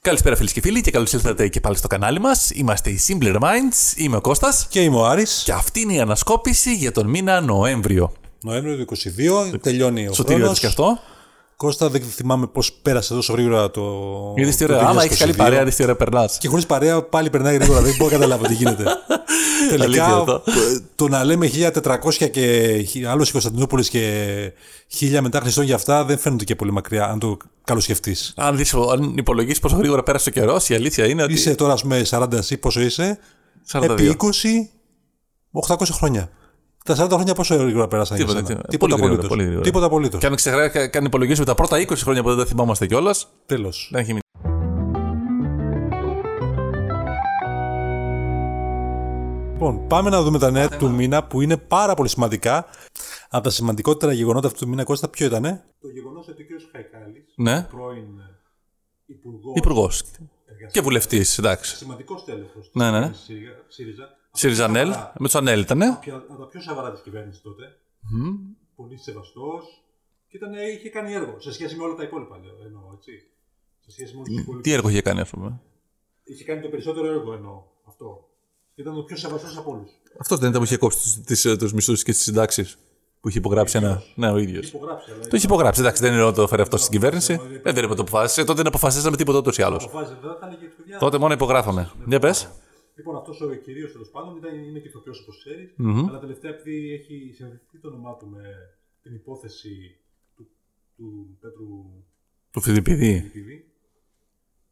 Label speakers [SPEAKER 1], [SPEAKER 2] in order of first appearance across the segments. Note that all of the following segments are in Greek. [SPEAKER 1] Καλησπέρα φίλες και φίλοι και καλώς ήλθατε και πάλι στο κανάλι μας. Είμαστε οι Simpler Minds, είμαι ο Κώστας
[SPEAKER 2] Και είμαι ο Άρης.
[SPEAKER 1] και αυτή είναι η ανασκόπηση για τον μήνα Νοέμβριο.
[SPEAKER 2] Νοέμβριο του 22, τελειώνει ο
[SPEAKER 1] Σωτήριο
[SPEAKER 2] χρόνος.
[SPEAKER 1] και αυτό.
[SPEAKER 2] Κώστα, δεν θυμάμαι πώς πέρασε τόσο γρήγορα το.
[SPEAKER 1] Είδες τι
[SPEAKER 2] το
[SPEAKER 1] ωραία. Άμα έχει καλή
[SPEAKER 2] 2022.
[SPEAKER 1] παρέα, είδες τι ωραία περνάς.
[SPEAKER 2] Και χωρίς παρέα πάλι περνάει γρήγορα. δεν μπορώ να καταλάβω τι γίνεται.
[SPEAKER 1] Αλήθεια
[SPEAKER 2] Τελικά
[SPEAKER 1] αυτό.
[SPEAKER 2] το να λέμε 1400 και χι- άλλος η Κωνσταντινούπολης και 1000 μετά Χριστόν για αυτά δεν φαίνονται και πολύ μακριά, αν το καλοσκεφτείς.
[SPEAKER 1] Αν, δεις, αν υπολογίσεις πόσο γρήγορα πέρασε ο καιρός, η αλήθεια είναι ότι.
[SPEAKER 2] Είσαι τώρα, ας πούμε, 40 εσύ, πόσο είσαι.
[SPEAKER 1] 42.
[SPEAKER 2] Επί 20, 800 χρόνια. Τα 40 χρόνια πόσο γρήγορα πέρασαν για
[SPEAKER 1] Τίποτα,
[SPEAKER 2] σένα.
[SPEAKER 1] τίποτα. Πολύ γρήγορα, πολύ γρήγορα.
[SPEAKER 2] Τίποτα απολύτως.
[SPEAKER 1] Και αν ξεχνά, καν υπολογίσουμε τα πρώτα 20 χρόνια που δεν τα θυμάμαστε κιόλας,
[SPEAKER 2] Τέλος.
[SPEAKER 1] δεν έχει μείνει.
[SPEAKER 2] Λοιπόν, πάμε να δούμε τα νέα του μήνα που είναι πάρα πολύ σημαντικά. Από τα σημαντικότερα γεγονότα αυτού του μήνα, Κώστα, ποιο ήτανε. Το γεγονός ότι ο κ. Χαϊκάλης,
[SPEAKER 1] Ναι,
[SPEAKER 2] πρώην ε, υπουργός,
[SPEAKER 1] υπουργός. Και βουλευτής, εντάξει.
[SPEAKER 2] σημαντικός τέλεχο
[SPEAKER 1] Ναι, ναι, ναι.
[SPEAKER 2] ΣΥΡΙΖΑ,
[SPEAKER 1] Σιριζανέλ, με του Ανέλ ήταν.
[SPEAKER 2] από τα πιο σοβαρά της κυβέρνησης τότε, πολύ σεβαστός και ήταν, είχε κάνει έργο σε σχέση με όλα τα υπόλοιπα, λέω, εννοώ, έτσι. Σε σχέση με όλου του υπόλοιπου.
[SPEAKER 1] Τι έργο είχε κάνει, ας πούμε.
[SPEAKER 2] Είχε κάνει το περισσότερο έργο, εννοώ αυτό. Ήταν ο πιο σεβαστός από όλους.
[SPEAKER 1] Αυτό δεν ήταν που είχε κόψει τους μισθούς και τις συντάξεις που είχε υπογράψει ένα. Ναι, ο ίδιος.
[SPEAKER 2] Υπογράψει, αλλά
[SPEAKER 1] Το είχε υπογράψει. Εντάξει, δεν είναι ότι το έφερε αυτό στην κυβέρνηση. Ε, δεν είπα το αποφάσισε. Τότε δεν αποφασίσαμε τίποτα ούτως ή άλλως.
[SPEAKER 2] αποφάσισε βέβαια, θα έλεγε παιδιά.
[SPEAKER 1] Τότε μόνο υπογράφαμε. Για πες.
[SPEAKER 2] Λοιπόν, αυτός ο κυρίω τέλος πάντων ήταν, είναι και ηθοποιό όπω ξέρει. Αλλά τελευταία επειδή έχει συνδεθεί το όνομά του με την υπόθεση του, του Πέτρου
[SPEAKER 1] Του Φιλιππίδη.
[SPEAKER 2] Φιλιππίδη,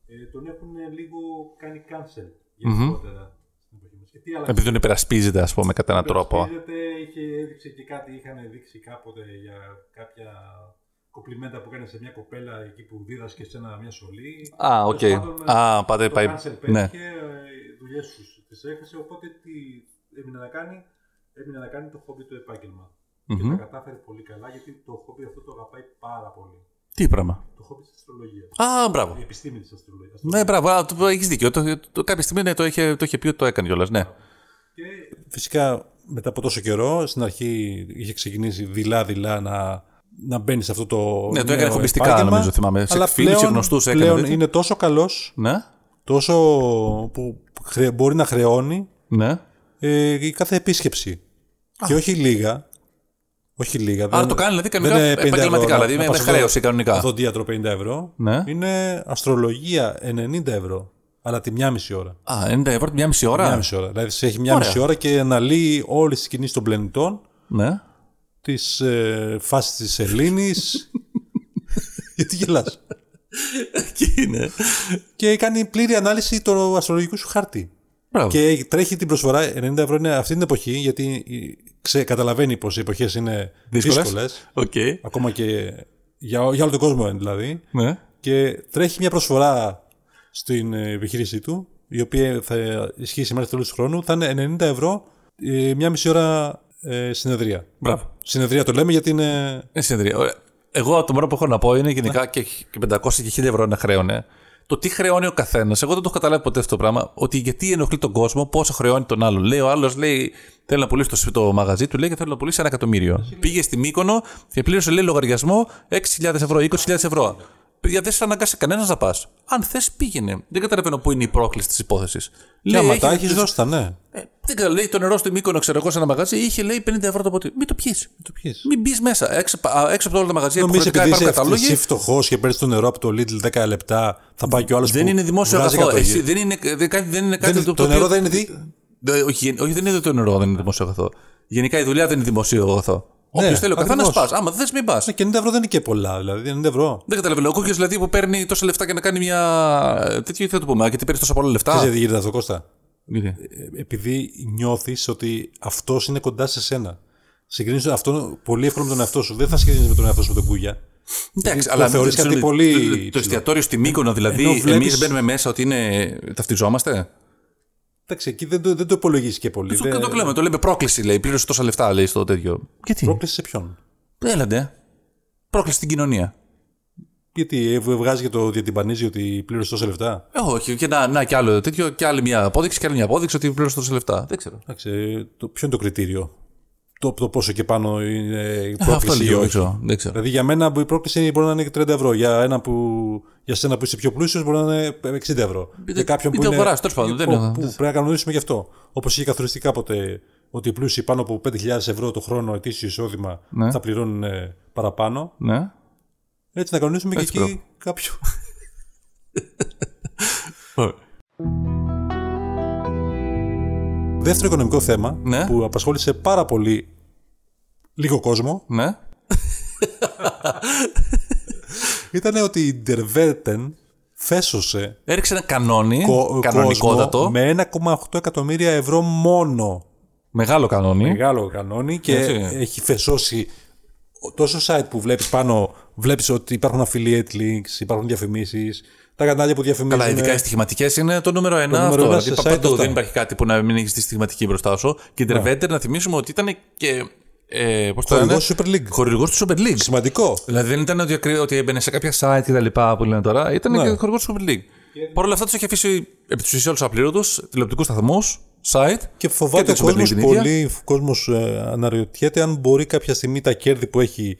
[SPEAKER 2] ε, τον έχουν ε, λίγο κάνει cancel γενικότερα στην εποχή μας. Και τι άλλα
[SPEAKER 1] Επειδή τον υπερασπίζεται, ας πούμε, κατά έναν τρόπο.
[SPEAKER 2] Υπερασπίζεται, είχε έδειξε και κάτι, είχαν δείξει κάποτε για κάποια κοπλιμέντα που έκανε σε μια κοπέλα εκεί που δίδασκε σε ένα, μια σχολή.
[SPEAKER 1] Α, οκ.
[SPEAKER 2] Τέλος πάντων,
[SPEAKER 1] Α, πάτε,
[SPEAKER 2] το Ε, πάει...
[SPEAKER 1] πάει.
[SPEAKER 2] Κάνσελ
[SPEAKER 1] Ναι.
[SPEAKER 2] πέτυχε, ε, οι δουλειές τους τις έχασε, οπότε τι έμεινε να κάνει, έμεινε να κάνει το χόμπι του επαγγελμα Και τα κατάφερε πολύ καλά γιατί το χόμπι αυτό το αγαπάει πάρα πολύ.
[SPEAKER 1] Τι πράγμα.
[SPEAKER 2] Το χόμπι της αστρολογίας.
[SPEAKER 1] Α,
[SPEAKER 2] Η
[SPEAKER 1] μπράβο.
[SPEAKER 2] επιστήμη της αστρολογίας.
[SPEAKER 1] Ναι, μπράβο. Έχεις δίκιο. Το, το, κάποια στιγμή ναι, το, είχε, το είχε πει ότι το έκανε κιόλας. Ναι.
[SPEAKER 2] Και... Φυσικά μετά από τόσο καιρό, στην αρχή είχε ξεκινήσει δειλά-δειλά να, να μπαίνεις σε αυτό το.
[SPEAKER 1] Ναι, το
[SPEAKER 2] νέο
[SPEAKER 1] έκανε χομπιστικά,
[SPEAKER 2] επάγγελμα,
[SPEAKER 1] νομίζω, θυμάμαι. Σε φίλους, σε γνωστούς έκανε
[SPEAKER 2] πλέον
[SPEAKER 1] τέτοια.
[SPEAKER 2] είναι τόσο καλός,
[SPEAKER 1] Ναι.
[SPEAKER 2] τόσο που χρε- μπορεί να χρεώνει
[SPEAKER 1] ναι.
[SPEAKER 2] ε, η κάθε επίσκεψη. Και όχι λίγα. Όχι λίγα.
[SPEAKER 1] Άρα το κάνει, δηλαδή, κανονικά, επαγγελματικά, δηλαδή, με- με χρέωση κανονικά.
[SPEAKER 2] Δοντίατρο 50 ευρώ.
[SPEAKER 1] Ναι.
[SPEAKER 2] Είναι αστρολογία 90 ευρώ. Αλλά τη μία μισή ώρα.
[SPEAKER 1] Α, 90 ευρώ την μια μισή
[SPEAKER 2] Μία
[SPEAKER 1] ώρα.
[SPEAKER 2] μισή ώρα. Δηλαδή σε έχει μία
[SPEAKER 1] Ωραία.
[SPEAKER 2] μισή ώρα και αναλύει όλες τις κινήσεις των πλανητών,
[SPEAKER 1] Ναι.
[SPEAKER 2] τι ε, φάσει της Σελήνης. Γιατί γελάς.
[SPEAKER 1] Εκεί είναι.
[SPEAKER 2] Και κάνει πλήρη ανάλυση του αστρολογικού σου χάρτη.
[SPEAKER 1] Μπράβο.
[SPEAKER 2] Και τρέχει την προσφορά 90 ευρώ είναι αυτή την εποχή, γιατί ξε, καταλαβαίνει πως οι εποχές είναι
[SPEAKER 1] Δύσκολες.
[SPEAKER 2] δύσκολες.
[SPEAKER 1] Οκ.
[SPEAKER 2] Ακόμα και για, για όλο τον κόσμο ε, δηλαδή.
[SPEAKER 1] Ναι.
[SPEAKER 2] Και τρέχει μια προσφορά στην ε, επιχείρησή του, η οποία θα ισχύσει μέχρι τέλος του χρόνου. Θα είναι 90 ευρώ ε, μια μισή ώρα ε, συνεδρία.
[SPEAKER 1] Μπράβο.
[SPEAKER 2] Συνεδρία το λέμε γιατί είναι.
[SPEAKER 1] Ε, συνεδρία. Ωραία. Εγώ το μόνο που έχω να πω είναι
[SPEAKER 2] Ναι.
[SPEAKER 1] γενικά και, και 500 και 1000 ευρώ να χρέωνε. Το τι χρεώνει ο καθένας, εγώ δεν το έχω καταλάβει ποτέ αυτό το πράγμα. Ότι γιατί ενοχλεί τον κόσμο, πόσο χρεώνει τον άλλον. Λέει ο άλλος, λέει, θέλει να πουλήσει το, σπι- το μαγαζί του, λέει και θέλει να πουλήσει ένα εκατομμύριο. Πήγε στη Μύκονο και πλήρωσε, λέει, λογαριασμό 6.000 ευρώ, 20.000 ευρώ. Παιδιά, δεν σε αναγκάσει κανένας να πας. Αν θες, πήγαινε. Δεν καταλαβαίνω πού είναι η πρόκληση της υπόθεσης.
[SPEAKER 2] Και άμα
[SPEAKER 1] έχει-
[SPEAKER 2] τα έχεις δώσει τα ναι.
[SPEAKER 1] Ε, δεν ξέρω, λέει το νερό στο Μύκονο, ξέρω εγώ, σε ένα μαγαζί, είχε λέει 50 ευρώ το ποτήρι. Μην το πιει.
[SPEAKER 2] Το πιείς.
[SPEAKER 1] Μην μπεις μέσα. Έξω, α, έξω από όλα τα μαγαζιά που
[SPEAKER 2] Νομίζεις επειδή
[SPEAKER 1] υπάρχουν
[SPEAKER 2] είσαι,
[SPEAKER 1] καταλόγοι.
[SPEAKER 2] εσύ φτωχός και παίρνεις το νερό από το Lidl 10 λεπτά, θα πάει και ο άλλος
[SPEAKER 1] Δεν είναι δημόσιο αγαθό. Εσύ, δεν είναι, δεν, κάτι- δεν είναι κάτι
[SPEAKER 2] το νερό δεν είναι. δι-
[SPEAKER 1] Δεν- όχι, γεν- όχι, δεν είναι το νερό, δεν είναι δημόσιο αγαθό. Γενικά η δουλειά δεν είναι δημοσίο αγαθό. Ναι, Όποιος θέλει ο καθένας πα.
[SPEAKER 2] ακριβώς.
[SPEAKER 1] Άμα δεν θες, μην πας.
[SPEAKER 2] Και 90 ευρώ δεν είναι και πολλά, δηλαδή 90 ευρώ.
[SPEAKER 1] Δεν καταλαβαίνω. Ο κόκκινο δηλαδή που παίρνει τόσα λεφτά και να κάνει μια. ε, τέτοιο θα το πούμε. «Α, Γιατί παίρνεις τόσα πολλά
[SPEAKER 2] Ξέρεις
[SPEAKER 1] λεφτά.
[SPEAKER 2] γιατί γίνεται αυτό, Κώστα.
[SPEAKER 1] Γιατί?
[SPEAKER 2] Ε, επειδή νιώθεις ότι αυτός είναι κοντά σε σένα. Συγκρίνεις αυτό πολύ εύκολα με τον εαυτό σου. Δεν θα συγκρίνεις με τον εαυτό σου με τον κούλια.
[SPEAKER 1] Εντάξει,
[SPEAKER 2] το
[SPEAKER 1] αλλά
[SPEAKER 2] θεωρείς
[SPEAKER 1] δεν
[SPEAKER 2] κάτι
[SPEAKER 1] ξέρω,
[SPEAKER 2] πολύ
[SPEAKER 1] το- Το, το
[SPEAKER 2] υψηλό.
[SPEAKER 1] εστιατόριο στη Μύκονο, δηλαδή,
[SPEAKER 2] Ενώ
[SPEAKER 1] εμείς
[SPEAKER 2] βλέπεις-
[SPEAKER 1] εμείς μπαίνουμε μέσα ότι είναι. ταυτιζόμαστε.
[SPEAKER 2] Εντάξει, εκεί δεν το, δεν το υπολογίζεις και πολύ.
[SPEAKER 1] Σου
[SPEAKER 2] Δεν-
[SPEAKER 1] το λέμε, το λέμε πρόκληση, λέει. Πλήρωσε τόσα λεφτά, λέει στο τέτοιο. Γιατί.
[SPEAKER 2] Πρόκληση σε ποιον.
[SPEAKER 1] Έλατε. Πρόκληση στην κοινωνία.
[SPEAKER 2] Γιατί ε, βγάζει και το διατυμπανίζει ότι πλήρωσε τόσα λεφτά.
[SPEAKER 1] Ε, όχι, και να, να και άλλο τέτοιο, και άλλη μια απόδειξη, και άλλη μια απόδειξη ότι πλήρωσε τόσα λεφτά. Δεν ξέρω.
[SPEAKER 2] Εντάξει, ε, το, ποιο είναι το κριτήριο. Το, το πόσο και πάνω είναι η
[SPEAKER 1] Αυτό
[SPEAKER 2] πρόκληση ή
[SPEAKER 1] λίγο, δεν
[SPEAKER 2] όχι.
[SPEAKER 1] ξέρω. Δεν ξέρω.
[SPEAKER 2] Δηλαδή για μένα η πρόκληση μπορεί να είναι και 30 ευρώ. Για ένα που Για σένα που είσαι πιο πλούσιος μπορεί να είναι 60 ευρώ.
[SPEAKER 1] Είτε-
[SPEAKER 2] για κάποιον που
[SPEAKER 1] είτε
[SPEAKER 2] είναι.
[SPEAKER 1] αγοράς, τέλος πάντων,
[SPEAKER 2] που-
[SPEAKER 1] δεν είναι-
[SPEAKER 2] που πρέπει να κανονίσουμε γι' αυτό. Όπως είχε καθοριστεί κάποτε ότι οι πλούσιοι πάνω από 5.000 ευρώ το χρόνο ετήσιο εισόδημα
[SPEAKER 1] Ναι.
[SPEAKER 2] θα πληρώνουν ε, παραπάνω.
[SPEAKER 1] Ναι.
[SPEAKER 2] Έτσι να κανονίσουμε
[SPEAKER 1] Έτσι
[SPEAKER 2] και εκεί κάποιο. Ε.
[SPEAKER 1] Ω,
[SPEAKER 2] Δεύτερο οικονομικό θέμα
[SPEAKER 1] Ναι.
[SPEAKER 2] που απασχόλησε πάρα πολύ λίγο κόσμο
[SPEAKER 1] Ναι.
[SPEAKER 2] ήταν ότι η Ντερβέρτεν φέσωσε
[SPEAKER 1] Έριξε ένα κανόνι,
[SPEAKER 2] κο- κόσμο
[SPEAKER 1] κανονικότατο,
[SPEAKER 2] με 1,8 εκατομμύρια ευρώ μόνο.
[SPEAKER 1] μεγάλο κανόνι.
[SPEAKER 2] Μεγάλο κανόνι και
[SPEAKER 1] Έτσι.
[SPEAKER 2] έχει φεσώσει τόσο site που βλέπεις πάνω, βλέπεις ότι υπάρχουν affiliate links, υπάρχουν διαφημίσεις, τα κανάλια που διαφημίζουν.
[SPEAKER 1] Αλλά ειδικά οι στοιχηματικές είναι το νούμερο ένα.
[SPEAKER 2] νούμερο
[SPEAKER 1] αυτό.
[SPEAKER 2] ένα
[SPEAKER 1] δηλαδή,
[SPEAKER 2] σε
[SPEAKER 1] πα-
[SPEAKER 2] site
[SPEAKER 1] παντού
[SPEAKER 2] αυτά. Ναι.
[SPEAKER 1] δεν υπάρχει κάτι που να μην έχεις τη στοιχηματική μπροστά σου. Και η Interventor, να θυμίσουμε ότι ήταν και. Ε, πώς το λένε,
[SPEAKER 2] Χορηγός Super League.
[SPEAKER 1] χορηγός του Super League.
[SPEAKER 2] Σημαντικό.
[SPEAKER 1] Δηλαδή δεν ήταν ότι, ακρι- ότι έμπαινε σε κάποια site και τα λοιπά που λένε τώρα. Ήταν
[SPEAKER 2] Ναι.
[SPEAKER 1] και χορηγός του Super League. Παρ' όλα αυτά τους έχει αφήσει επί της ουσίας όλους απλήρωτους, τηλεοπτικούς σταθμούς, site.
[SPEAKER 2] Και φοβάται
[SPEAKER 1] το
[SPEAKER 2] ο
[SPEAKER 1] Super League την
[SPEAKER 2] κόσμος
[SPEAKER 1] ίδια.
[SPEAKER 2] πολύ, ο κόσμος ε, αναρωτιέται αν μπορεί κάποια στιγμή τα κέρδη που έχει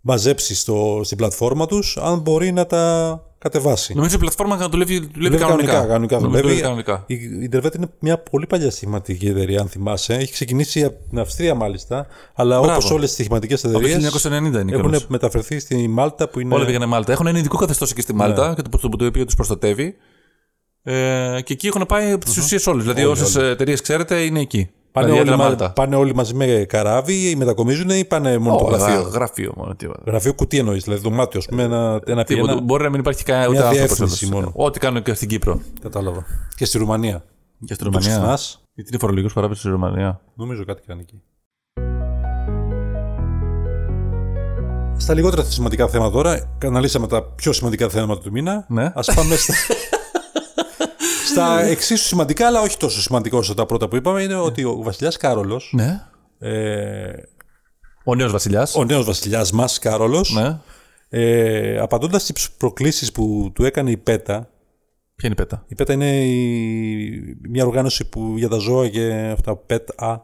[SPEAKER 2] μαζέψει στο, στην πλατφόρμα τους, αν μπορεί να τα κατεβάσει.
[SPEAKER 1] Νομίζω η πλατφόρμα να δουλεύει, δουλεύει κανονικά.
[SPEAKER 2] κανονικά
[SPEAKER 1] Νομίζω
[SPEAKER 2] δουλεύει.
[SPEAKER 1] δουλεύει κανονικά.
[SPEAKER 2] Η η Intervet είναι μια πολύ παλιά στοιχηματική εταιρεία, αν θυμάσαι. Έχει ξεκινήσει από την Αυστρία, μάλιστα. Αλλά όπως όλες τις στοιχηματικέ εταιρείε.
[SPEAKER 1] 1990 είναι η
[SPEAKER 2] Έχουν
[SPEAKER 1] Kronos.
[SPEAKER 2] μεταφερθεί στη Μάλτα που είναι.
[SPEAKER 1] Όλα πήγανε Μάλτα. Έχουν ένα ειδικό καθεστώς εκεί
[SPEAKER 2] Ναι.
[SPEAKER 1] στη Μάλτα, και το, το, το οποίο τους προστατεύει. Ε, και εκεί έχουν πάει από τις ουσίε όλε. Δηλαδή, όσε εταιρείες ξέρετε είναι εκεί.
[SPEAKER 2] πάνε,
[SPEAKER 1] δηλαδή,
[SPEAKER 2] όλοι,
[SPEAKER 1] έντρα
[SPEAKER 2] μα-
[SPEAKER 1] Μάλτα.
[SPEAKER 2] πάνε όλοι μαζί με καράβι, ή μετακομίζουν ή πάνε μόνο
[SPEAKER 1] Ω,
[SPEAKER 2] από
[SPEAKER 1] γραφείο.
[SPEAKER 2] γραφείο.
[SPEAKER 1] γραφείο μόνο. Τίποτα.
[SPEAKER 2] Γραφείο κουτί εννοείς, δηλαδή δωμάτιο. Με ένα, ένα
[SPEAKER 1] Τίποτα.
[SPEAKER 2] πιένα.
[SPEAKER 1] Μπορεί να μην υπάρχει κανένα ούτε
[SPEAKER 2] Μια
[SPEAKER 1] άνθρωπος.
[SPEAKER 2] διεύθυνση μόνο.
[SPEAKER 1] Ό,τι κάνουν και στην Κύπρο.
[SPEAKER 2] Κατάλαβα. Και στη Ρουμανία.
[SPEAKER 1] Και στη
[SPEAKER 2] Το
[SPEAKER 1] Ρουμανία.
[SPEAKER 2] ξεχνάς.
[SPEAKER 1] Γιατί είναι φορολογικός παράπεζο στη Ρουμανία.
[SPEAKER 2] Νομίζω κάτι κάνει εκεί. Στα λιγότερα σημαντικά θέματα τώρα, αναλύσαμε τα πιο σημαντικά θέματα του μήνα.
[SPEAKER 1] Ναι.
[SPEAKER 2] Ας πάμε στα... στα εξίσου σημαντικά, αλλά όχι τόσο σημαντικά όσο τα πρώτα που είπαμε, είναι ότι ο βασιλιάς Κάρολος,
[SPEAKER 1] Ναι.
[SPEAKER 2] ε,
[SPEAKER 1] Ο νέος βασιλιάς.
[SPEAKER 2] ο νέος βασιλιάς μας Κάρολος,
[SPEAKER 1] Ναι.
[SPEAKER 2] ε, απαντώντας στις προκλήσεις που του έκανε η ΠΕΤΑ,
[SPEAKER 1] Ποια είναι η πέτα.
[SPEAKER 2] η ΠΕΤΑ είναι η- μια οργάνωση που για τα ζώα και αυτά, ΠΕΤΑ,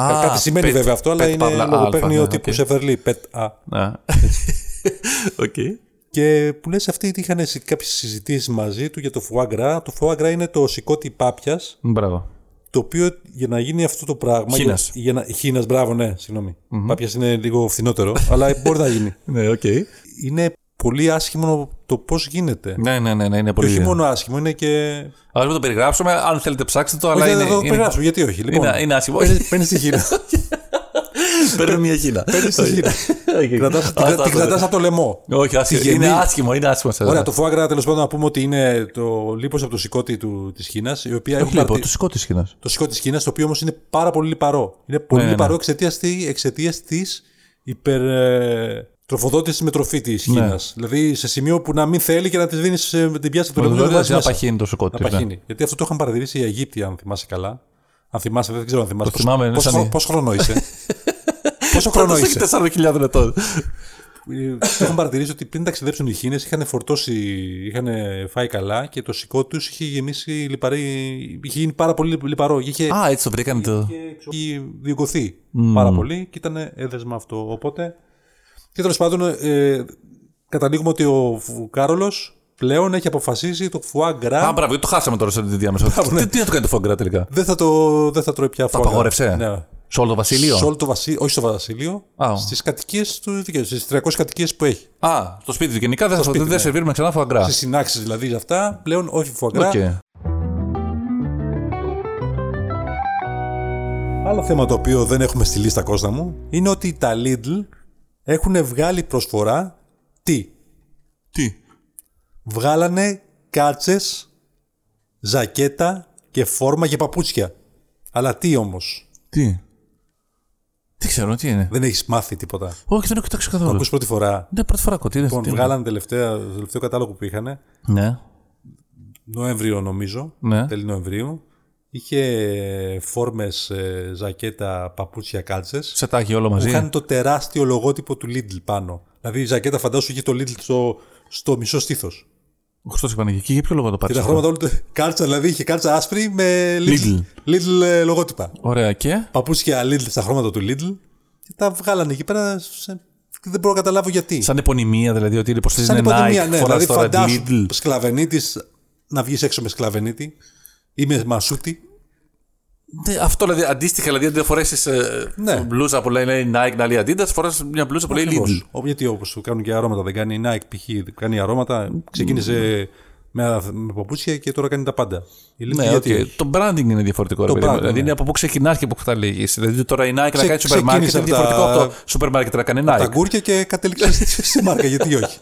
[SPEAKER 1] Α,
[SPEAKER 2] Κάτι σημαίνει
[SPEAKER 1] pet-
[SPEAKER 2] βέβαια αυτό, αλλά
[SPEAKER 1] pet
[SPEAKER 2] είναι
[SPEAKER 1] παύλα
[SPEAKER 2] λόγω
[SPEAKER 1] α,
[SPEAKER 2] παίρνει
[SPEAKER 1] ναι,
[SPEAKER 2] ο
[SPEAKER 1] οκ.
[SPEAKER 2] τύπου Σεφερλί, ΠΕΤΑ.
[SPEAKER 1] Ναι. Οκ.
[SPEAKER 2] Και που λες, αυτοί είχαν κάποιες συζητήσεις μαζί του για το φουάγκρα. Το φουάγκρα είναι το σηκώτη πάπιας,
[SPEAKER 1] Μπράβο.
[SPEAKER 2] το οποίο για να γίνει αυτό το πράγμα.
[SPEAKER 1] Χίνας.
[SPEAKER 2] Για, για να, Χίνας, μπράβο, ναι, συγγνώμη. Πάπιας είναι λίγο φθηνότερο, αλλά μπορεί να γίνει.
[SPEAKER 1] Ναι, οκ.
[SPEAKER 2] Είναι πολύ άσχημο το πώς γίνεται.
[SPEAKER 1] Ναι, ναι, ναι, ναι, είναι
[SPEAKER 2] Και
[SPEAKER 1] πολύ.
[SPEAKER 2] όχι
[SPEAKER 1] ιδέα.
[SPEAKER 2] μόνο άσχημο, είναι και.
[SPEAKER 1] Ας μην το περιγράψουμε, αν θέλετε ψάξτε το, αλλά
[SPEAKER 2] όχι,
[SPEAKER 1] είναι,
[SPEAKER 2] θα το
[SPEAKER 1] είναι,
[SPEAKER 2] περιγράψω, γιατί όχι. Λοιπόν,
[SPEAKER 1] είναι, είναι άσχημο.
[SPEAKER 2] Παίρνει τη Χίνα.
[SPEAKER 1] Παίρνω μια χίλα.
[SPEAKER 2] Παίρνεις τη Χίνα. Κρατάς- την κρα- Την κρατά από το λαιμό.
[SPEAKER 1] Όχι, άσχημο.
[SPEAKER 2] Τη γεννή.
[SPEAKER 1] είναι άσχημο, είναι άσχημο. σας
[SPEAKER 2] Ωραία,
[SPEAKER 1] λέω.
[SPEAKER 2] το φουάγκρα τέλος πάντων να πούμε ότι είναι το λίπος από το σηκώτη του, της Χίνας, η οποία
[SPEAKER 1] Όχι,
[SPEAKER 2] έχει
[SPEAKER 1] λοιπόν,
[SPEAKER 2] παρατη-
[SPEAKER 1] το σηκώ τη χίλα.
[SPEAKER 2] το σηκώ της Κίνας, το οποίο όμως είναι πάρα πολύ λιπαρό. Είναι πολύ
[SPEAKER 1] Ναι, ναι.
[SPEAKER 2] λιπαρό εξαιτίας τη υπερτροφοδότηση ε, με τροφή της
[SPEAKER 1] Ναι.
[SPEAKER 2] Κίνας. Δηλαδή σε σημείο που να μην θέλει και να της δίνεις την πιάσει από το λεπτό.
[SPEAKER 1] Δεν θα παχύνει το ναι. σηκώ τη.
[SPEAKER 2] Να παχύνει. Γιατί αυτό το είχαν παρατηρήσει οι Αιγύπτιοι, αν θυμάσαι καλά. Αν θυμάσαι, δεν ξέρω αν θυμάσαι.
[SPEAKER 1] Το θυμάμαι,
[SPEAKER 2] πόσο,
[SPEAKER 1] σαν-
[SPEAKER 2] χρόνο- πόσο χρόνο είσαι. πόσο χρόνο είσαι.
[SPEAKER 1] 4.000 ετών.
[SPEAKER 2] Ε, το είχαν παρατηρήσει ότι πριν ταξιδέψουν οι Χίνε, είχαν φορτώσει, είχαν φάει καλά και το σηκώ τους είχε γεμίσει λιπαρή. είχε γίνει πάρα πολύ λιπαρό. και Είχε,
[SPEAKER 1] Α, έτσι το βρήκαν το.
[SPEAKER 2] έχει διωγγωθεί πάρα πολύ και ήταν έδεσμα αυτό. Οπότε. Και τέλος πάντων, ε, καταλήγουμε ότι ο Φου- Κάρολος πλέον έχει αποφασίσει το φουάγκρα.
[SPEAKER 1] Α, μπράβο, γιατί το χάσαμε τώρα σε αυτή τη διάμεσο.
[SPEAKER 2] ναι.
[SPEAKER 1] Τι- Τι να το κάνει το φόγκρα τελικά.
[SPEAKER 2] Δεν θα, το, δεν θα τρώει πια φουάγκρα.
[SPEAKER 1] απαγόρευσε?
[SPEAKER 2] Ναι.
[SPEAKER 1] Σε όλο το βασίλειο.
[SPEAKER 2] Σε όλο το βασίλειο, όχι στο βασίλειο,
[SPEAKER 1] Α.
[SPEAKER 2] στις κατοικίες του δικαίου, στις 300 κατοικίες που έχει.
[SPEAKER 1] Α, στο σπίτι του γενικά δεν θα-
[SPEAKER 2] σπίτι, ναι.
[SPEAKER 1] δεν σερβίρουμε ξανά φόγκρα.
[SPEAKER 2] Στις συνάξεις δηλαδή για αυτά, πλέον όχι φουαγκρά.
[SPEAKER 1] Οκ.
[SPEAKER 2] Άλλο θέμα το οποίο δεν έχουμε στη λίστα Κώστα μου είναι ότι τα Lidl έχουν βγάλει προσφορά τι.
[SPEAKER 1] Τι.
[SPEAKER 2] Βγάλανε κάτσες, ζακέτα και φόρμα για παπούτσια. Αλλά τι όμως,
[SPEAKER 1] Τι. Τι ξέρω, τι είναι.
[SPEAKER 2] δεν έχεις μάθει τίποτα.
[SPEAKER 1] Όχι, δεν έχω κοιτάξει καθόλου.
[SPEAKER 2] Ακούς πρώτη φορά.
[SPEAKER 1] Ναι, πρώτη φορά ακούω. Ναι. Τι είναι
[SPEAKER 2] Λοιπόν,
[SPEAKER 1] αυτή.
[SPEAKER 2] βγάλανε τελευταία, το τελευταίο κατάλογο που είχαν,
[SPEAKER 1] Ναι.
[SPEAKER 2] Νοέμβριο νομίζω,
[SPEAKER 1] Ναι.
[SPEAKER 2] τέλη Νοεμβρίου. Είχε φόρμες, ε, ζακέτα, παπούτσια, κάτσες.
[SPEAKER 1] Σετάκι όλο
[SPEAKER 2] που
[SPEAKER 1] μαζί.
[SPEAKER 2] είχαν το τεράστιο λογότυπο του Lidl πάνω. Δηλαδή η ζακέτα φαντάσου είχε το Lidl στο, στο μισό στήθος.
[SPEAKER 1] Χριστός είπανε και εκεί, για ποιο λόγο το
[SPEAKER 2] Και τα
[SPEAKER 1] πάρεις αυτό.
[SPEAKER 2] χρώματα όλου. Κάλτσα, δηλαδή είχε κάλτσα άσπρη με Lidl,
[SPEAKER 1] Lidl.
[SPEAKER 2] Lidl, ε, λογότυπα.
[SPEAKER 1] Ωραία, και.
[SPEAKER 2] Παπούτσια Lidl στα χρώματα του Lidl και τα βγάλανε εκεί πέρα. Σε, δεν μπορώ να καταλάβω γιατί.
[SPEAKER 1] Σαν επωνυμία, δηλαδή, ότι υποστηρίζει
[SPEAKER 2] Σαν
[SPEAKER 1] Nike,
[SPEAKER 2] υποτιμία, ναι.
[SPEAKER 1] φοράς
[SPEAKER 2] Δηλαδή,
[SPEAKER 1] τώρα
[SPEAKER 2] φαντάσου
[SPEAKER 1] Lidl.
[SPEAKER 2] σκλαβενίτης να βγεις έξω με σκλαβενίτη ή με μασούτη.
[SPEAKER 1] Ναι, αυτό δηλαδή, αντίστοιχα, δηλαδή, αντί να φορέσει
[SPEAKER 2] Ναι.
[SPEAKER 1] μπλούζα που λέει, λέει Nike, να λέει Adidas, φοράς μια μπλούζα που λέει Lidl.
[SPEAKER 2] Ακριβώς. Ο- Γιατί όπως κάνουν και αρώματα, δεν κάνει η Nike π.χ. κάνει αρώματα. Ξεκίνησε με, με παπούτσια και τώρα κάνει τα πάντα. Η Lidl
[SPEAKER 1] Ναι,
[SPEAKER 2] γιατί
[SPEAKER 1] okay.
[SPEAKER 2] όχι.
[SPEAKER 1] Το branding είναι διαφορετικό. ρε
[SPEAKER 2] Το
[SPEAKER 1] παιδί μου.
[SPEAKER 2] branding,
[SPEAKER 1] δηλαδή
[SPEAKER 2] ναι.
[SPEAKER 1] είναι από πού ξεκινά και πού καταλήγει. Δηλαδή τώρα η Nike να
[SPEAKER 2] Ξε-
[SPEAKER 1] κάνει σούπερ μάρκετ
[SPEAKER 2] ξεκίνησε
[SPEAKER 1] είναι
[SPEAKER 2] από τα-
[SPEAKER 1] διαφορετικό από το σούπερ μάρκετ να κάνει
[SPEAKER 2] Τα
[SPEAKER 1] Nike.
[SPEAKER 2] γκούρια και κατέληξε στη- στη μάρκα, γιατί όχι.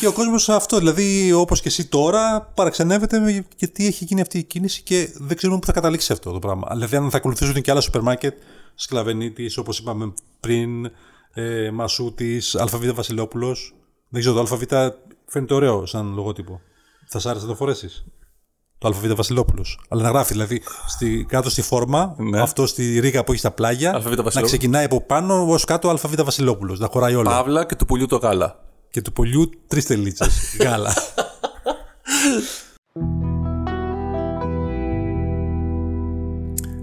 [SPEAKER 2] και ο κόσμος αυτό, δηλαδή όπως και εσύ τώρα, παραξενεύεται με- γιατί έχει γίνει αυτή η κίνηση και δεν ξέρουμε πού θα καταλήξει αυτό το πράγμα. Δηλαδή, αν θα ακολουθήσουν και άλλα σούπερ μάρκετ, Σκλαβενίτης, όπως είπαμε πριν, ε, Μασούτης, ΑΒ Βασιλόπουλος. Δεν ξέρω, το ΑΒ φαίνεται ωραίο σαν λογότυπο. Θα σ' άρεσε να το φορέσεις. Το ΑΒ Βασιλόπουλος. Αλλά να γράφει δηλαδή στη, κάτω στη φόρμα,
[SPEAKER 1] Ναι.
[SPEAKER 2] αυτό στη ρίγα που έχει στα πλάγια,
[SPEAKER 1] ΑΒ
[SPEAKER 2] να
[SPEAKER 1] Βασιλόπουλος.
[SPEAKER 2] ξεκινάει από πάνω ως κάτω ΑΒ Βασιλόπουλος. Να χωράει όλα.
[SPEAKER 1] Παύλα και του πουλιού το γάλα.
[SPEAKER 2] Και του πολιού τρεις τελίτσες. Γάλα.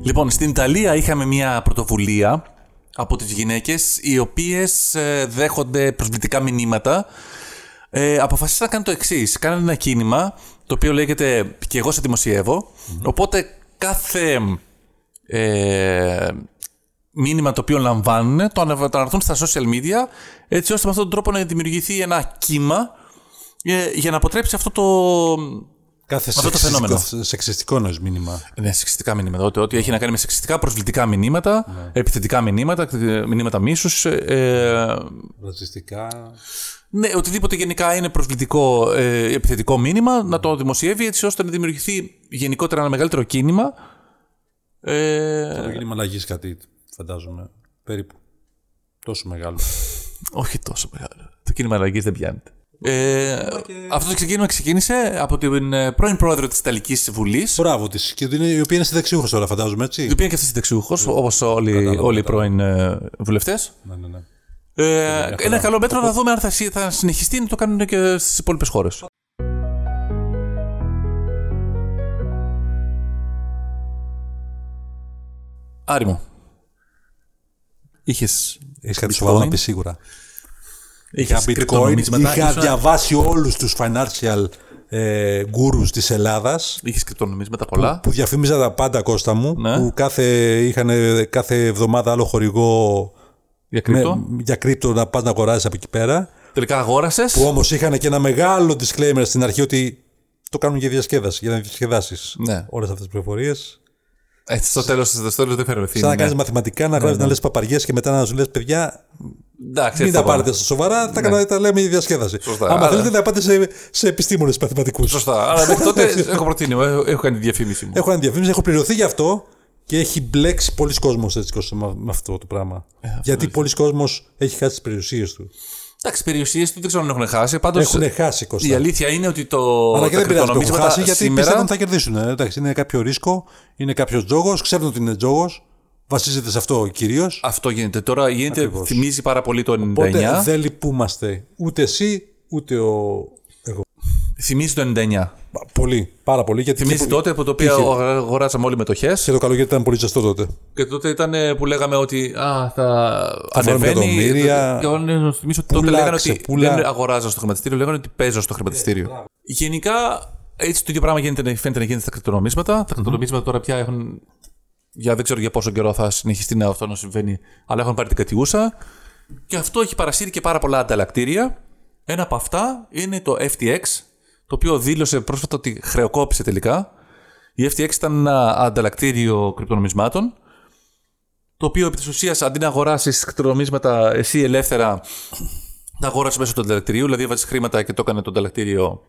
[SPEAKER 1] Λοιπόν, στην Ιταλία είχαμε μια πρωτοβουλία από τις γυναίκες οι οποίες ε, δέχονται προσβλητικά μηνύματα. Ε, αποφασίσαν να κάνουν το εξής. Κάνανε ένα κίνημα το οποίο λέγεται «Και εγώ σε δημοσιευω Οπότε κάθε ε, μήνυμα το οποίο λαμβάνουν το ανα- το αναρτούν στα social media έτσι ώστε με αυτόν τον τρόπο να δημιουργηθεί ένα κύμα ε, για να αποτρέψει αυτό το,
[SPEAKER 2] Κάθε
[SPEAKER 1] Αυτό το φαινόμενο.
[SPEAKER 2] σεξιστικό- σεξιστικό ενό μήνυμα.
[SPEAKER 1] ναι, σεξιστικά μηνύματα. Ό,τι, ό,τι έχει να κάνει με σεξιστικά, προσβλητικά μηνύματα, επιθετικά μηνύματα, ε, μηνύματα μίσους. Ε,
[SPEAKER 2] Ρατσιστικά.
[SPEAKER 1] ναι, οτιδήποτε γενικά είναι προσβλητικό, ε, επιθετικό μήνυμα, να το δημοσιεύει έτσι ώστε να δημιουργηθεί γενικότερα ένα μεγαλύτερο κίνημα. Ε,
[SPEAKER 2] Το κίνημα αλλαγής κάτι, φαντάζομαι. Περίπου. Τόσο μεγάλο.
[SPEAKER 1] όχι τόσο μεγάλο. Το κίνημα αλλαγής δεν πιάνεται. Ε, Αυτό το ξεκίνημα ξεκίνησε από την ε, πρώην πρόεδρο της Ιταλικής Βουλής.
[SPEAKER 2] Μπράβο της. Και είναι, η οποία είναι συνταξιούχος τώρα, φαντάζομαι,
[SPEAKER 1] Η
[SPEAKER 2] έτσι.
[SPEAKER 1] οποία είναι και αυτή συνταξιούχος, όπως όλοι, όλοι οι πρώην ε, βουλευτές.
[SPEAKER 2] ναι, ναι, ναι.
[SPEAKER 1] Ε, ένα καλό μέτρο να δούμε αν θα, συ- θα συνεχιστεί να το κάνουν και στις υπόλοιπες χώρες. Άρη μου. Είχες.
[SPEAKER 2] Έχεις κάτι σοβαρό να πεις σίγουρα.
[SPEAKER 1] Είχα
[SPEAKER 2] Bitcoin. Είχα διαβάσει όλους τους financial ε, gurus της Ελλάδας
[SPEAKER 1] Είχες κρυπτονομίσματα πολλά.
[SPEAKER 2] που διαφήμιζαν τα πάντα Κώστα μου.
[SPEAKER 1] Ναι.
[SPEAKER 2] Που κάθε, είχαν κάθε εβδομάδα άλλο χορηγό
[SPEAKER 1] Για
[SPEAKER 2] με-
[SPEAKER 1] κρυπτο.
[SPEAKER 2] Ναι, για κρύπτο να πας να αγοράζεις από εκεί πέρα.
[SPEAKER 1] Ναι, Τελικά αγόρασες.
[SPEAKER 2] Που όμως είχαν και ένα μεγάλο disclaimer στην αρχή ότι το κάνουν για διασκέδαση, για να διασκεδάσεις
[SPEAKER 1] Ναι.
[SPEAKER 2] όλες αυτές τις πληροφορίες. Σαν
[SPEAKER 1] Έτσι, στο τέλος δεν ναι. φερεθεί.
[SPEAKER 2] να κάνει μαθηματικά, να γράφει να λες παπαριές και μετά να σου λες παιδιά,
[SPEAKER 1] Εντάξει, έτσι
[SPEAKER 2] μην τα
[SPEAKER 1] ναι. θα πάμε.
[SPEAKER 2] πάρετε στα σοβαρά, τα, κατα- τα λέμε για διασκέδαση.
[SPEAKER 1] Σωστά,
[SPEAKER 2] Άμα
[SPEAKER 1] άρα-
[SPEAKER 2] θέλετε, να πάτε σε, σε επιστήμονες μαθηματικούς.
[SPEAKER 1] Σωστά. Αλλά μέχρι τότε έχω προτείνει. Έχω, έχω κάνει τη διαφήμιση μου.
[SPEAKER 2] Έχω κάνει διαφήμιση, έχω πληρωθεί γι' αυτό και έχει μπλέξει πολλοί κόσμος έτσι Κώστα, με με αυτό το πράγμα.
[SPEAKER 1] Ε,
[SPEAKER 2] Γιατί πολλοί κόσμος έχει χάσει τις περιουσίες του.
[SPEAKER 1] Εντάξει, περιουσίες του δεν ξέρω αν έχουν χάσει. Πάντως,
[SPEAKER 2] Έχουν χάσει κόστα.
[SPEAKER 1] Η αλήθεια είναι ότι το.
[SPEAKER 2] Αλλά και
[SPEAKER 1] τα
[SPEAKER 2] δεν πειράζει το έχουν
[SPEAKER 1] κρυπτονομίσματα
[SPEAKER 2] χάσει γιατί σήμερα...
[SPEAKER 1] σήμερα.
[SPEAKER 2] πιστεύουν ότι θα κερδίσουν. Ε, Εντάξει, είναι κάποιο ρίσκο, είναι κάποιος τζόγος, ξέρουν ότι είναι τζόγος. Βασίζεται σε αυτό κυρίως.
[SPEAKER 1] Αυτό γίνεται. Τώρα γίνεται, θυμίζει πάρα πολύ το 99.
[SPEAKER 2] Οπότε δεν λυπούμαστε ούτε εσύ ούτε ο. Εγώ.
[SPEAKER 1] Θυμίζει το 99.
[SPEAKER 2] Πα- Πολύ, πάρα πολύ. Γιατί
[SPEAKER 1] Θυμίζει
[SPEAKER 2] και-
[SPEAKER 1] τότε από το οποίο αγορα- αγοράσαμε όλοι μετοχές.
[SPEAKER 2] Και το καλό γιατί ήταν πολύ ζεστό τότε.
[SPEAKER 1] Και τότε ήταν ε, που λέγαμε ότι α, θα
[SPEAKER 2] βάλουμε
[SPEAKER 1] ανεβαίνει.
[SPEAKER 2] εκατομμύρια.
[SPEAKER 1] Και εγώ να θυμίσω ότι τότε
[SPEAKER 2] Πουλάξε,
[SPEAKER 1] λέγανε ότι
[SPEAKER 2] πουλά.
[SPEAKER 1] δεν αγοράζω στο χρηματιστήριο, λέγανε ότι παίζω στο χρηματιστήριο. Γενικά έτσι το ίδιο πράγμα γίνεται, να- φαίνεται να γίνεται στα κρυπτονομίσματα. Τα κρυπτονομίσματα τώρα πια έχουν. Για δεν ξέρω για πόσο καιρό θα συνεχιστεί να αυτό να συμβαίνει, αλλά έχουν πάρει την κατηγούσα. Και αυτό έχει παρασύρει και πάρα πολλά ανταλλακτήρια. Ένα από αυτά είναι το FTX, το οποίο δήλωσε πρόσφατα ότι χρεοκόπησε τελικά. Η FTX ήταν ένα ανταλλακτήριο κρυπτονομισμάτων, το οποίο επί της ουσίας αντί να αγοράσεις κρυπτονομίσματα εσύ ελεύθερα, τα αγόρασες μέσω του ανταλλακτηρίου, δηλαδή βάζει χρήματα και το έκανε το ανταλλακτήριο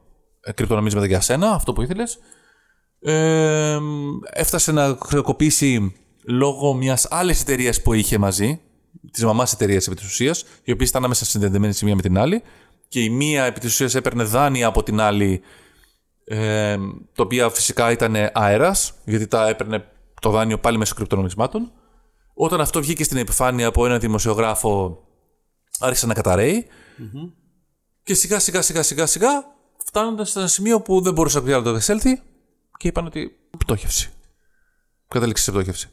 [SPEAKER 1] ε, κρυπτονομίσματα για σένα, αυτό που ήθελες. Ε, έφτασε να χρεοκοπήσει λόγω μιας άλλης εταιρείας που είχε μαζί, της μαμάς εταιρείας επί της ουσίας, οι οποίε ήταν άμεσα συνδεδεμένε η μία με την άλλη. Και η μία επί της ουσίας έπαιρνε δάνεια από την άλλη, ε, το οποία φυσικά ήταν αέρας, γιατί τα έπαιρνε το δάνειο πάλι μέσω κρυπτονομισμάτων. Όταν αυτό βγήκε στην επιφάνεια από έναν δημοσιογράφο, άρχισε να καταραίει. Και σιγά σιγά σιγά σιγά σιγά φτάνοντας σε ένα σημείο που δεν μπορούσε πια να το εξέλθει και είπαν ότι πτώχευση. Κατέληξε σε πτώχευση.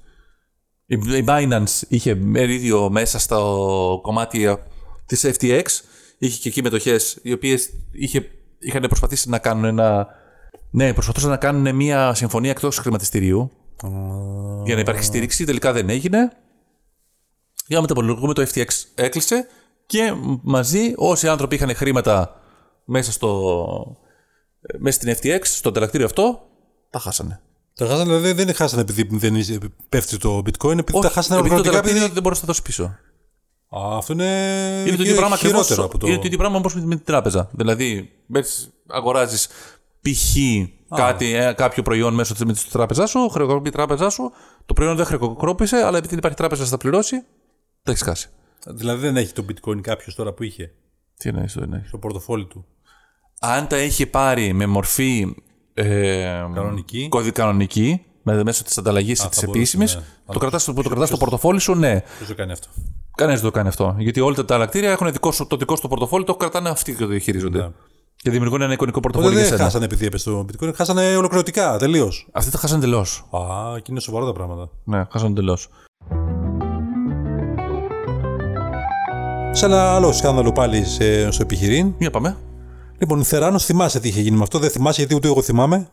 [SPEAKER 1] Η η Binance είχε μερίδιο μέσα στο κομμάτι της FTX. Είχε και εκεί μετοχές οι οποίες είχαν προσπαθήσει να κάνουν ένα. Ναι, προσπαθούσαν να κάνουν μια συμφωνία εκτός χρηματιστηρίου για να υπάρχει στήριξη. Τελικά δεν έγινε. Για να μεταπολογούμε, το FTX έκλεισε και μαζί όσοι άνθρωποι είχαν χρήματα μέσα, στο, μέσα στην FTX, στο τερακτήριο αυτό, τα χάσανε.
[SPEAKER 2] Τα χάσανε, δηλαδή δεν χάσανε επειδή δεν είσαι- πέφτει το bitcoin, επειδή τα χάσανε
[SPEAKER 1] επειδή το
[SPEAKER 2] οργανωτικά.
[SPEAKER 1] τερακτήριο
[SPEAKER 2] επειδή-
[SPEAKER 1] δεν μπορούσε να τα δώσεις πίσω.
[SPEAKER 2] Α, Αυτό είναι,
[SPEAKER 1] Είναι το ίδιο πράγμα ακριβώ.
[SPEAKER 2] χειρότερο από το...
[SPEAKER 1] Είναι το ίδιο πράγμα όπως με με την τράπεζα. Δηλαδή, μπαίνεις, αγοράζεις π.χ. Κάτι, ε, κάποιο προϊόν μέσω της τράπεζάς σου, χρεοκοπεί η τράπεζά σου, το προϊόν δεν χρεοκοπήσε, αλλά επειδή δεν υπάρχει τράπεζα να τα πληρώσει, τα έχεις χάσει.
[SPEAKER 2] Δηλαδή δεν έχει το bitcoin κάποιος τώρα που είχε
[SPEAKER 1] Τι εννοείς το εννοεί.
[SPEAKER 2] στο πορτοφόλι του.
[SPEAKER 1] Αν τα είχε πάρει με μορφή ε,
[SPEAKER 2] Κανονική.
[SPEAKER 1] κωδι- κανονική, με, μέσω της ανταλλαγής της
[SPEAKER 2] θα μπορούσε,
[SPEAKER 1] επίσημης,
[SPEAKER 2] ναι.
[SPEAKER 1] το κρατάς στο- που το κρατάς στο πορτοφόλι σου, ναι.
[SPEAKER 2] Ποιο το κάνει αυτό.
[SPEAKER 1] Κανένας δεν το κάνει αυτό. Γιατί όλα τα ταρακτήρια έχουν δικό σου, το δικό σου το πορτοφόλι, το κρατάνε αυτοί και το διαχειρίζονται.
[SPEAKER 2] Ναι.
[SPEAKER 1] Και δημιουργούν ένα εικονικό
[SPEAKER 2] Οπότε
[SPEAKER 1] πορτοφόλι για
[SPEAKER 2] δεν
[SPEAKER 1] σένα.
[SPEAKER 2] χάσανε επειδή έπεσε το bitcoin, χάσανε ολοκληρωτικά τελείως.
[SPEAKER 1] Αυτοί τα χάσανε τελώ.
[SPEAKER 2] Α, και είναι σοβαρά τα πράγματα.
[SPEAKER 1] Ναι, χάσανε τελώ.
[SPEAKER 2] Σε ένα άλλο σκάνδαλο πάλι σε, στο επιχειρήν.
[SPEAKER 1] Για πάμε.
[SPEAKER 2] Λοιπόν, Θεράνος θυμάσαι τι είχε γίνει με αυτό. Δεν θυμάσαι γιατί ούτε εγώ θυμάμαι.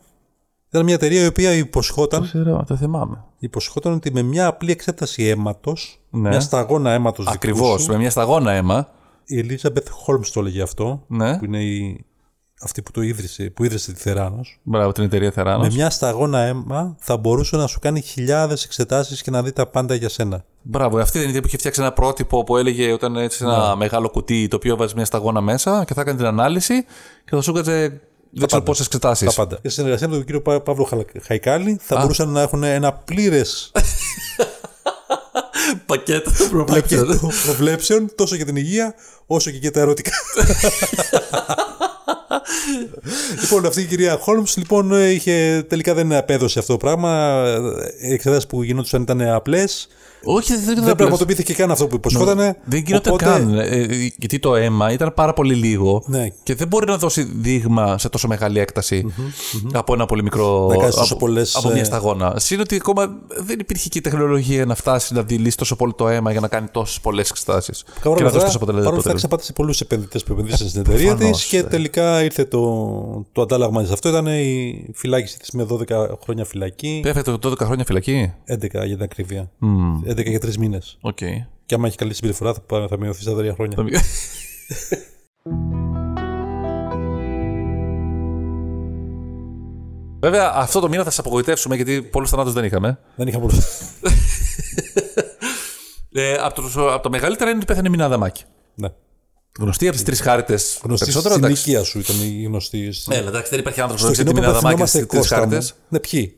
[SPEAKER 2] Ήταν μια εταιρεία η οποία υποσχόταν,
[SPEAKER 1] Ξέρω, το θυμάμαι.
[SPEAKER 2] υποσχόταν ότι με μια απλή εξέταση αίματος,
[SPEAKER 1] Ναι.
[SPEAKER 2] μια σταγόνα αίματος
[SPEAKER 1] Ακριβώ. Με μια σταγόνα αίμα.
[SPEAKER 2] Η Elizabeth Holmes το έλεγε αυτό,
[SPEAKER 1] Ναι.
[SPEAKER 2] που είναι η, αυτή που το ίδρυσε, που ίδρυσε τη Θεράνος.
[SPEAKER 1] Μπράβο, την εταιρεία Θεράνος.
[SPEAKER 2] Με μια σταγόνα αίμα θα μπορούσε να σου κάνει χιλιάδες εξετάσεις και να δει τα πάντα για σένα.
[SPEAKER 1] Μπράβο, αυτή δεν είναι που είχε φτιάξει ένα πρότυπο που έλεγε όταν έτσι ένα
[SPEAKER 2] Ναι.
[SPEAKER 1] μεγάλο κουτί το οποίο έβαζε μια σταγόνα μέσα και θα έκανε την ανάλυση και θα σου έκανε δεν ξέρω
[SPEAKER 2] πάντα.
[SPEAKER 1] πόσες εξετάσεις.
[SPEAKER 2] Τα πάντα. Και σε συνεργασία με τον κύριο Πα- Παύλο Χαλα- Χαϊκάλη θα μπορούσαν να έχουν ένα πλήρες
[SPEAKER 1] Πακέτο
[SPEAKER 2] πακέτο προβλέψεων τόσο για την υγεία όσο και για τα ερωτικά. λοιπόν, αυτή η κυρία Χόλμς λοιπόν ε, είχε, τελικά δεν απέδωσε αυτό το πράγμα. Οι εξετάσεις που γινόντουσαν ήταν απλές.
[SPEAKER 1] Όχι, δεν
[SPEAKER 2] δεν
[SPEAKER 1] ήταν απλώς.
[SPEAKER 2] πραγματοποιήθηκε καν αυτό που υποσχότανε.
[SPEAKER 1] Δεν γινόταν
[SPEAKER 2] Οπότε,
[SPEAKER 1] καν. ε, γιατί το αίμα ήταν πάρα πολύ λίγο
[SPEAKER 2] Ναι.
[SPEAKER 1] και δεν μπορεί να δώσει δείγμα σε τόσο μεγάλη έκταση από ένα πολύ μικρό.
[SPEAKER 2] Να κάνεις τόσο
[SPEAKER 1] από,
[SPEAKER 2] πολλές,
[SPEAKER 1] από
[SPEAKER 2] ε,
[SPEAKER 1] μια σταγόνα. Συν ότι ακόμα δεν υπήρχε και η τεχνολογία να φτάσει να δηλήσει τόσο πολύ το αίμα για να κάνει τόσες πολλές εξετάσει. Και
[SPEAKER 2] παρόλα
[SPEAKER 1] να
[SPEAKER 2] αυτά-
[SPEAKER 1] δώσει τόσο αποτελέσματα.
[SPEAKER 2] Παρόλα αυτά, ξαπάτησε πολλούς επενδυτές που επενδύσαν στην εταιρεία της
[SPEAKER 1] Προφανώς,
[SPEAKER 2] και
[SPEAKER 1] ε.
[SPEAKER 2] τελικά ήρθε το, το αντάλλαγμα της. Αυτό ήταν η φυλάκιση της με 12 χρόνια φυλακή.
[SPEAKER 1] Πέφτει το 12 χρόνια φυλακή.
[SPEAKER 2] 11 για την ακρίβεια. 11 για 3 μήνες.
[SPEAKER 1] Οκ.
[SPEAKER 2] Και άμα έχει καλή συμπεριφορά θα, πα- θα μειωθεί στα 3 χρόνια.
[SPEAKER 1] Βέβαια, αυτό το μήνα θα σα απογοητεύσουμε γιατί πολλούς θανάτους δεν είχαμε.
[SPEAKER 2] Δεν είχα πολύ.
[SPEAKER 1] Ε, από, τους- από τα μεγαλύτερα είναι ότι πέθανε Μινά Δαμάκη.
[SPEAKER 2] ναι.
[SPEAKER 1] Γνωστή από τις τρεις χάρτε.
[SPEAKER 2] Γνωστή στην ηλικία σου ήταν η γνωστή.
[SPEAKER 1] Ναι, αλλά εντάξει, δεν υπάρχει άνθρωπος που
[SPEAKER 2] Στο
[SPEAKER 1] δεν ξέρει τη
[SPEAKER 2] κοινό που
[SPEAKER 1] Μινά Δαμάκη
[SPEAKER 2] απευθυνόμαστε
[SPEAKER 1] στις τρεις
[SPEAKER 2] Κώστα μου.
[SPEAKER 1] χάρτε.
[SPEAKER 2] Ναι, ποιοι.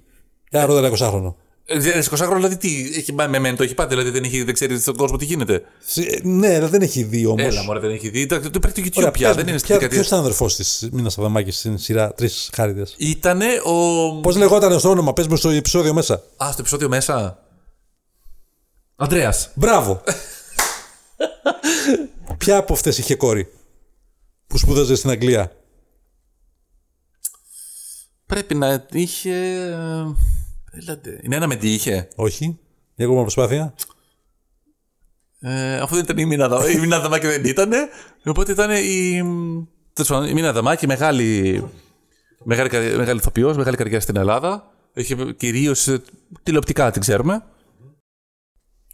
[SPEAKER 2] Ένα ρώτα ένα 20χρονο.
[SPEAKER 1] Ένα 20 χρόνο δηλαδή τι έχει πάει με μεν, το έχει πάει, δηλαδή δεν, έχει, δεν ξέρεις στον κόσμο τι γίνεται.
[SPEAKER 2] Ε, Ναι, αλλά δεν έχει δει όμως.
[SPEAKER 1] Έλα, μωρέ, δεν έχει δει. Εντάξει, Το υπάρχει το YouTube πια, δεν είναι στη
[SPEAKER 2] Ποιο
[SPEAKER 1] δεκαετία.
[SPEAKER 2] ήταν αδερφός της Μίνας Αδαμάκη στην σειρά Τρεις Χάριδες.
[SPEAKER 1] Ήτανε ο.
[SPEAKER 2] Πώς λεγόταν στο όνομα, πες μου στο επεισόδιο μέσα.
[SPEAKER 1] Α, στο επεισόδιο μέσα. Αντρέα.
[SPEAKER 2] Μπράβο. Ποια από αυτές είχε κόρη που σπούδαζε στην Αγγλία.
[SPEAKER 1] Πρέπει να είχε. ε, Έλατε. Είναι ένα με τι είχε.
[SPEAKER 2] Όχι. Μια ακόμα προσπάθεια.
[SPEAKER 1] Ε, αφού δεν ήταν η Μίνα Δαμάκη, η Μίνα Δαμάκη δεν ήταν. Οπότε ήταν η. τέλος πάντων, Η Μίνα Δαμάκη, μεγάλη, μεγάλη, καρι- μεγάλη ηθοποιός, μεγάλη καριέρα στην Ελλάδα. Έχει κυρίως τηλεοπτικά την ξέρουμε.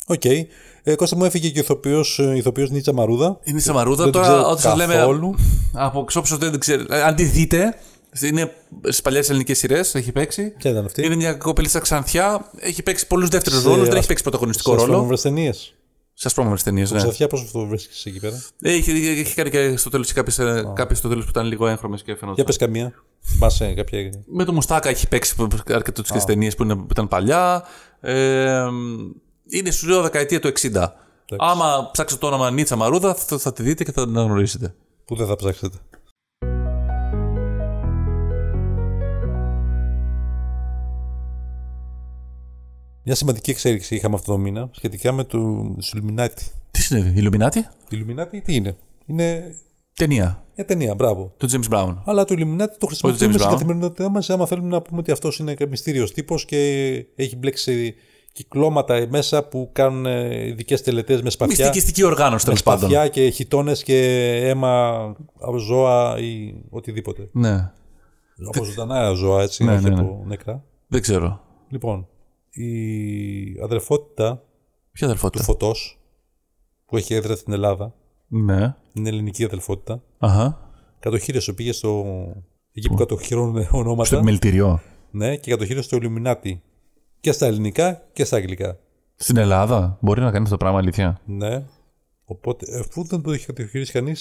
[SPEAKER 2] Οκ. Ε, Κώστα μου έφυγε και ο ηθοποιός, ε, ηθοποιός Νίτσα Μαρούδα.
[SPEAKER 1] Είναι η Σαμαρούδα.
[SPEAKER 2] Δεν την
[SPEAKER 1] Τώρα,
[SPEAKER 2] ξέρω
[SPEAKER 1] όταν σας λέμε.
[SPEAKER 2] καθόλου.
[SPEAKER 1] Από ξόψεω δεν την ξέρω. Ε, Αν τη δείτε, είναι στις παλιές ελληνικές σειρές, έχει παίξει.
[SPEAKER 2] Ποια ήταν αυτή?
[SPEAKER 1] Είναι μια κοπελίτσα ξανθιά. Έχει παίξει πολλούς δεύτερους
[SPEAKER 2] Σε
[SPEAKER 1] ρόλους. Δεν έχει
[SPEAKER 2] ασ-
[SPEAKER 1] παίξει πρωταγωνιστικό
[SPEAKER 2] Σε
[SPEAKER 1] ρόλο.
[SPEAKER 2] αστρονομικές ταινίες.
[SPEAKER 1] Σα πρόμορφε ταινίες, ναι.
[SPEAKER 2] Σοφιά, πώς το βρίσκεις εκεί πέρα.
[SPEAKER 1] Έχει, έχει κάνει και στο τέλος κάποιε στο τέλος που ήταν λίγο έγχρωμες και φαινόταν.
[SPEAKER 2] Για πες καμία. Θυμάσαι κάποια.
[SPEAKER 1] Με το Μουστάκα έχει παίξει αρκετέ oh. ταινίες που, είναι- που ήταν παλιά. Ε, είναι σου λέω δεκαετία του 60. Άμα ψάξετε το όνομα Νίτσα Μαρούδα, θα, θα τη δείτε και θα την αναγνωρίσετε.
[SPEAKER 2] που δεν θα ψάξετε. Μια σημαντική εξέλιξη είχαμε αυτό το μήνα σχετικά με του Ιλουμινάτη.
[SPEAKER 1] Τι συνέβη, Ιλουμινάτη,
[SPEAKER 2] Οι Ιλουμινάτη τι είναι. Είναι
[SPEAKER 1] ταινία
[SPEAKER 2] μια ταινία, μπράβο.
[SPEAKER 1] του James Brown.
[SPEAKER 2] Αλλά το Ιλουμινάτη το
[SPEAKER 1] Όχι
[SPEAKER 2] χρησιμοποιούμε
[SPEAKER 1] του James
[SPEAKER 2] στην
[SPEAKER 1] Brown.
[SPEAKER 2] καθημερινότητά μας, άμα θέλουμε να πούμε ότι αυτός είναι μυστήριος τύπος και έχει μπλέξει κυκλώματα μέσα που κάνουν ειδικές τελετές με σπαθιά.
[SPEAKER 1] Μυστικιστική οργάνωση τέλος πάντων.
[SPEAKER 2] Σπαθιά και χιτώνες και αίμα από ζώα ή οτιδήποτε.
[SPEAKER 1] Ναι.
[SPEAKER 2] Από ζωντανά ζώα, έτσι,
[SPEAKER 1] Ναι,
[SPEAKER 2] όχι
[SPEAKER 1] ναι, ναι.
[SPEAKER 2] από νεκρά.
[SPEAKER 1] Δεν ξέρω.
[SPEAKER 2] Λοιπόν, η αδερφότητα
[SPEAKER 1] Ποια
[SPEAKER 2] του
[SPEAKER 1] αδερφότητα.
[SPEAKER 2] φωτός που έχει έδρα στην Ελλάδα,
[SPEAKER 1] Ναι.
[SPEAKER 2] την ελληνική αδελφότητα,
[SPEAKER 1] Αχα.
[SPEAKER 2] κατοχύρωσε, πήγε στο. εκεί που κατοχυρώνουν ονόματα.
[SPEAKER 1] Στο επιμελητηριό.
[SPEAKER 2] Ναι, και κατοχύρωσε το Illuminati. Και στα ελληνικά και στα αγγλικά.
[SPEAKER 1] Στην Ελλάδα μπορεί να κάνεις αυτό το πράγμα αλήθεια.
[SPEAKER 2] Ναι. Οπότε, αφού δεν το είχε κατοχυρίσει κανείς,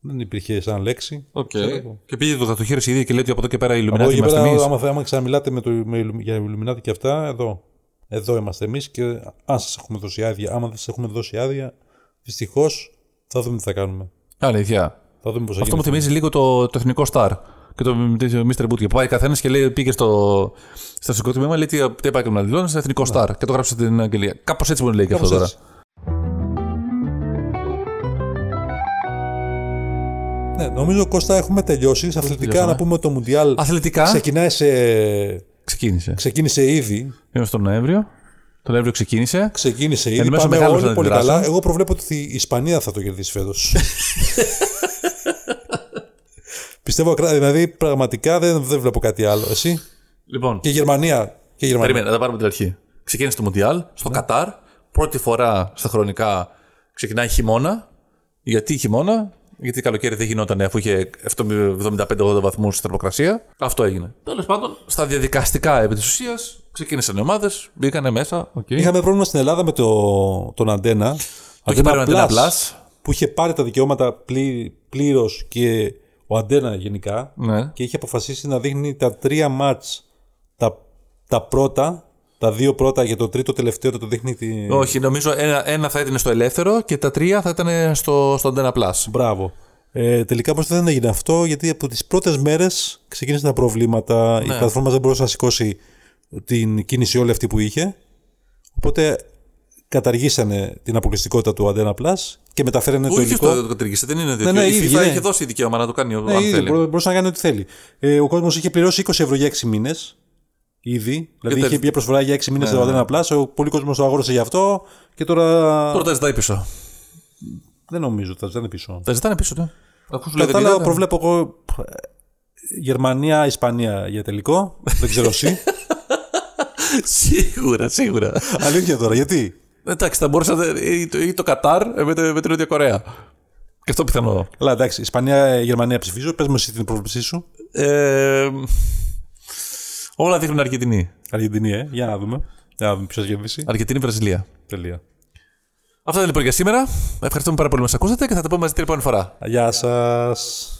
[SPEAKER 2] δεν υπήρχε σαν λέξη.
[SPEAKER 1] Οκ.
[SPEAKER 2] Ξέρω.
[SPEAKER 1] Και πήγε το κατοχήρωση ήδη και λέει ότι από εδώ και πέρα η
[SPEAKER 2] Από εδώ
[SPEAKER 1] Ιλουμινάτη
[SPEAKER 2] και
[SPEAKER 1] είμαστε
[SPEAKER 2] πέρα,
[SPEAKER 1] εμείς.
[SPEAKER 2] άμα, άμα ξαναμιλάτε με το, με, Illum- για Illuminati και αυτά, εδώ. Εδώ είμαστε εμείς και αν σας έχουμε δώσει άδεια, άμα δεν σας έχουμε δώσει άδεια, δυστυχώς θα δούμε τι θα κάνουμε.
[SPEAKER 1] Αλήθεια.
[SPEAKER 2] Θα δούμε πώς θα
[SPEAKER 1] Αυτό μου
[SPEAKER 2] γίνει.
[SPEAKER 1] θυμίζει λίγο το, το εθνικό Star και το Mr. Boot. Και πάει καθένας και λέει, πήγε στο, στο σηκωτικό τμήμα, λέει τι τι επάγγελμα δηλώνεις, στο εθνικό Star. Και το γράψε στην Αγγλία. Κάπως έτσι μου λέει και αυτό
[SPEAKER 2] Κάπως
[SPEAKER 1] τώρα.
[SPEAKER 2] έτσι. Ναι, νομίζω Κώστα έχουμε τελειώσει. Σε αθλητικά
[SPEAKER 1] τελειώσαμε.
[SPEAKER 2] να πούμε το Μουντιάλ
[SPEAKER 1] Αθλητικά
[SPEAKER 2] ξεκινάει σε...
[SPEAKER 1] ξεκίνησε.
[SPEAKER 2] ξεκίνησε ήδη.
[SPEAKER 1] Είμαστε τον Νοέμβριο. Τον Νοέμβριο ξεκίνησε.
[SPEAKER 2] Ξεκίνησε ήδη.
[SPEAKER 1] Εν μέσω
[SPEAKER 2] Πάμε
[SPEAKER 1] μεγάλων
[SPEAKER 2] όλοι πολύ
[SPEAKER 1] αντιδράσεων.
[SPEAKER 2] καλά. Εγώ προβλέπω ότι η Ισπανία θα το κερδίσει φέτος. Πιστεύω, ακρά- δηλαδή πραγματικά δεν, δεν βλέπω κάτι άλλο. Εσύ
[SPEAKER 1] Λοιπόν,
[SPEAKER 2] και η Γερμανία. Και η Γερμανία.
[SPEAKER 1] περίμενα, να τα πάρουμε την αρχή. Ξεκίνησε το Μουντιάλ στο
[SPEAKER 2] Ναι.
[SPEAKER 1] Κατάρ. Πρώτη φορά στα χρονικά ξεκινάει χειμώνα. Γιατί χειμώνα, γιατί καλοκαίρι δεν γινόταν αφού είχε 75-80 βαθμούς θερμοκρασία. Αυτό έγινε. Τέλος πάντων, στα διαδικαστικά επί της ουσίας ξεκίνησαν οι ομάδες, μπήκανε μέσα. οκ.
[SPEAKER 2] Είχαμε πρόβλημα στην Ελλάδα με το, τον Αντένα.
[SPEAKER 1] Το είχε πάρει ο Αντένα Plus.
[SPEAKER 2] Που είχε πάρει τα δικαιώματα πλή, πλήρως και ο Αντένα γενικά.
[SPEAKER 1] Ναι.
[SPEAKER 2] Και είχε αποφασίσει να δείχνει τα τρία μάτς τα, τα πρώτα, τα δύο πρώτα για το τρίτο τελευταίο το δείχνει τη...
[SPEAKER 1] Όχι, νομίζω ένα, ένα θα ήταν στο ελεύθερο και τα τρία θα ήταν στο, στο Antenna Plus.
[SPEAKER 2] Μπράβο. Ε, τελικά πώ δεν έγινε αυτό, γιατί από τις πρώτες μέρες ξεκίνησαν τα προβλήματα.
[SPEAKER 1] Ναι.
[SPEAKER 2] Η πλατφόρμα δεν μπορούσε να σηκώσει την κίνηση όλη αυτή που είχε. Οπότε καταργήσανε την αποκλειστικότητα του Αντένα Plus και μεταφέρανε το
[SPEAKER 1] Ο ίδιο
[SPEAKER 2] υλικό.
[SPEAKER 1] το κατήργησε, δεν είναι τέτοιο.
[SPEAKER 2] ναι,
[SPEAKER 1] η
[SPEAKER 2] ίδιοι,
[SPEAKER 1] FIFA
[SPEAKER 2] ναι.
[SPEAKER 1] είχε δώσει δικαίωμα να το κάνει
[SPEAKER 2] Ναι,
[SPEAKER 1] αν
[SPEAKER 2] ήδη,
[SPEAKER 1] θέλει.
[SPEAKER 2] μπορούσε να κάνει ό,τι θέλει. Ε, ο κόσμος είχε πληρώσει 20 ευρώ για 6 μήνες. Ήδη. Δηλαδή
[SPEAKER 1] τα-
[SPEAKER 2] είχε μια προσφορά για 6 μήνες ναι. στο Αντένα Plus. Ο πολλοί κόσμος το άγορασε γι' αυτό και τώρα.
[SPEAKER 1] Τώρα τα ζητάει πίσω.
[SPEAKER 2] Δεν νομίζω, θα ζητάνε πίσω.
[SPEAKER 1] Τα ζητάνε πίσω, ναι. Αφού σου λέει
[SPEAKER 2] Κατά τα
[SPEAKER 1] δεν
[SPEAKER 2] άλλα,
[SPEAKER 1] πήρατε.
[SPEAKER 2] προβλέπω εγώ Γερμανία-Ισπανία για τελικό. Δεν ξέρω εσύ.
[SPEAKER 1] Σίγουρα, σίγουρα.
[SPEAKER 2] Αλήθεια τώρα, γιατί.
[SPEAKER 1] Εντάξει, θα μπορούσε να. ή το, ή το Κατάρ ε, με, το- με την Νότια Κορέα. Και αυτό πιθανό.
[SPEAKER 2] Καλά, εντάξει, Ισπανία-Γερμανία ψηφίζω. Πες μου εσύ την πρόβλεψή σου.
[SPEAKER 1] Ε, όλα δείχνουν Αργεντινή.
[SPEAKER 2] Αργεντινή, ε. Για να δούμε. Για να δούμε ποιος θα κερδίσει.
[SPEAKER 1] Αργεντινή, Βραζιλία.
[SPEAKER 2] Τελεία.
[SPEAKER 1] Αυτά λοιπόν για σήμερα. Ευχαριστούμε πάρα πολύ που μας ακούσατε και θα τα πούμε μαζί την επόμενη φορά.
[SPEAKER 2] Γεια σας.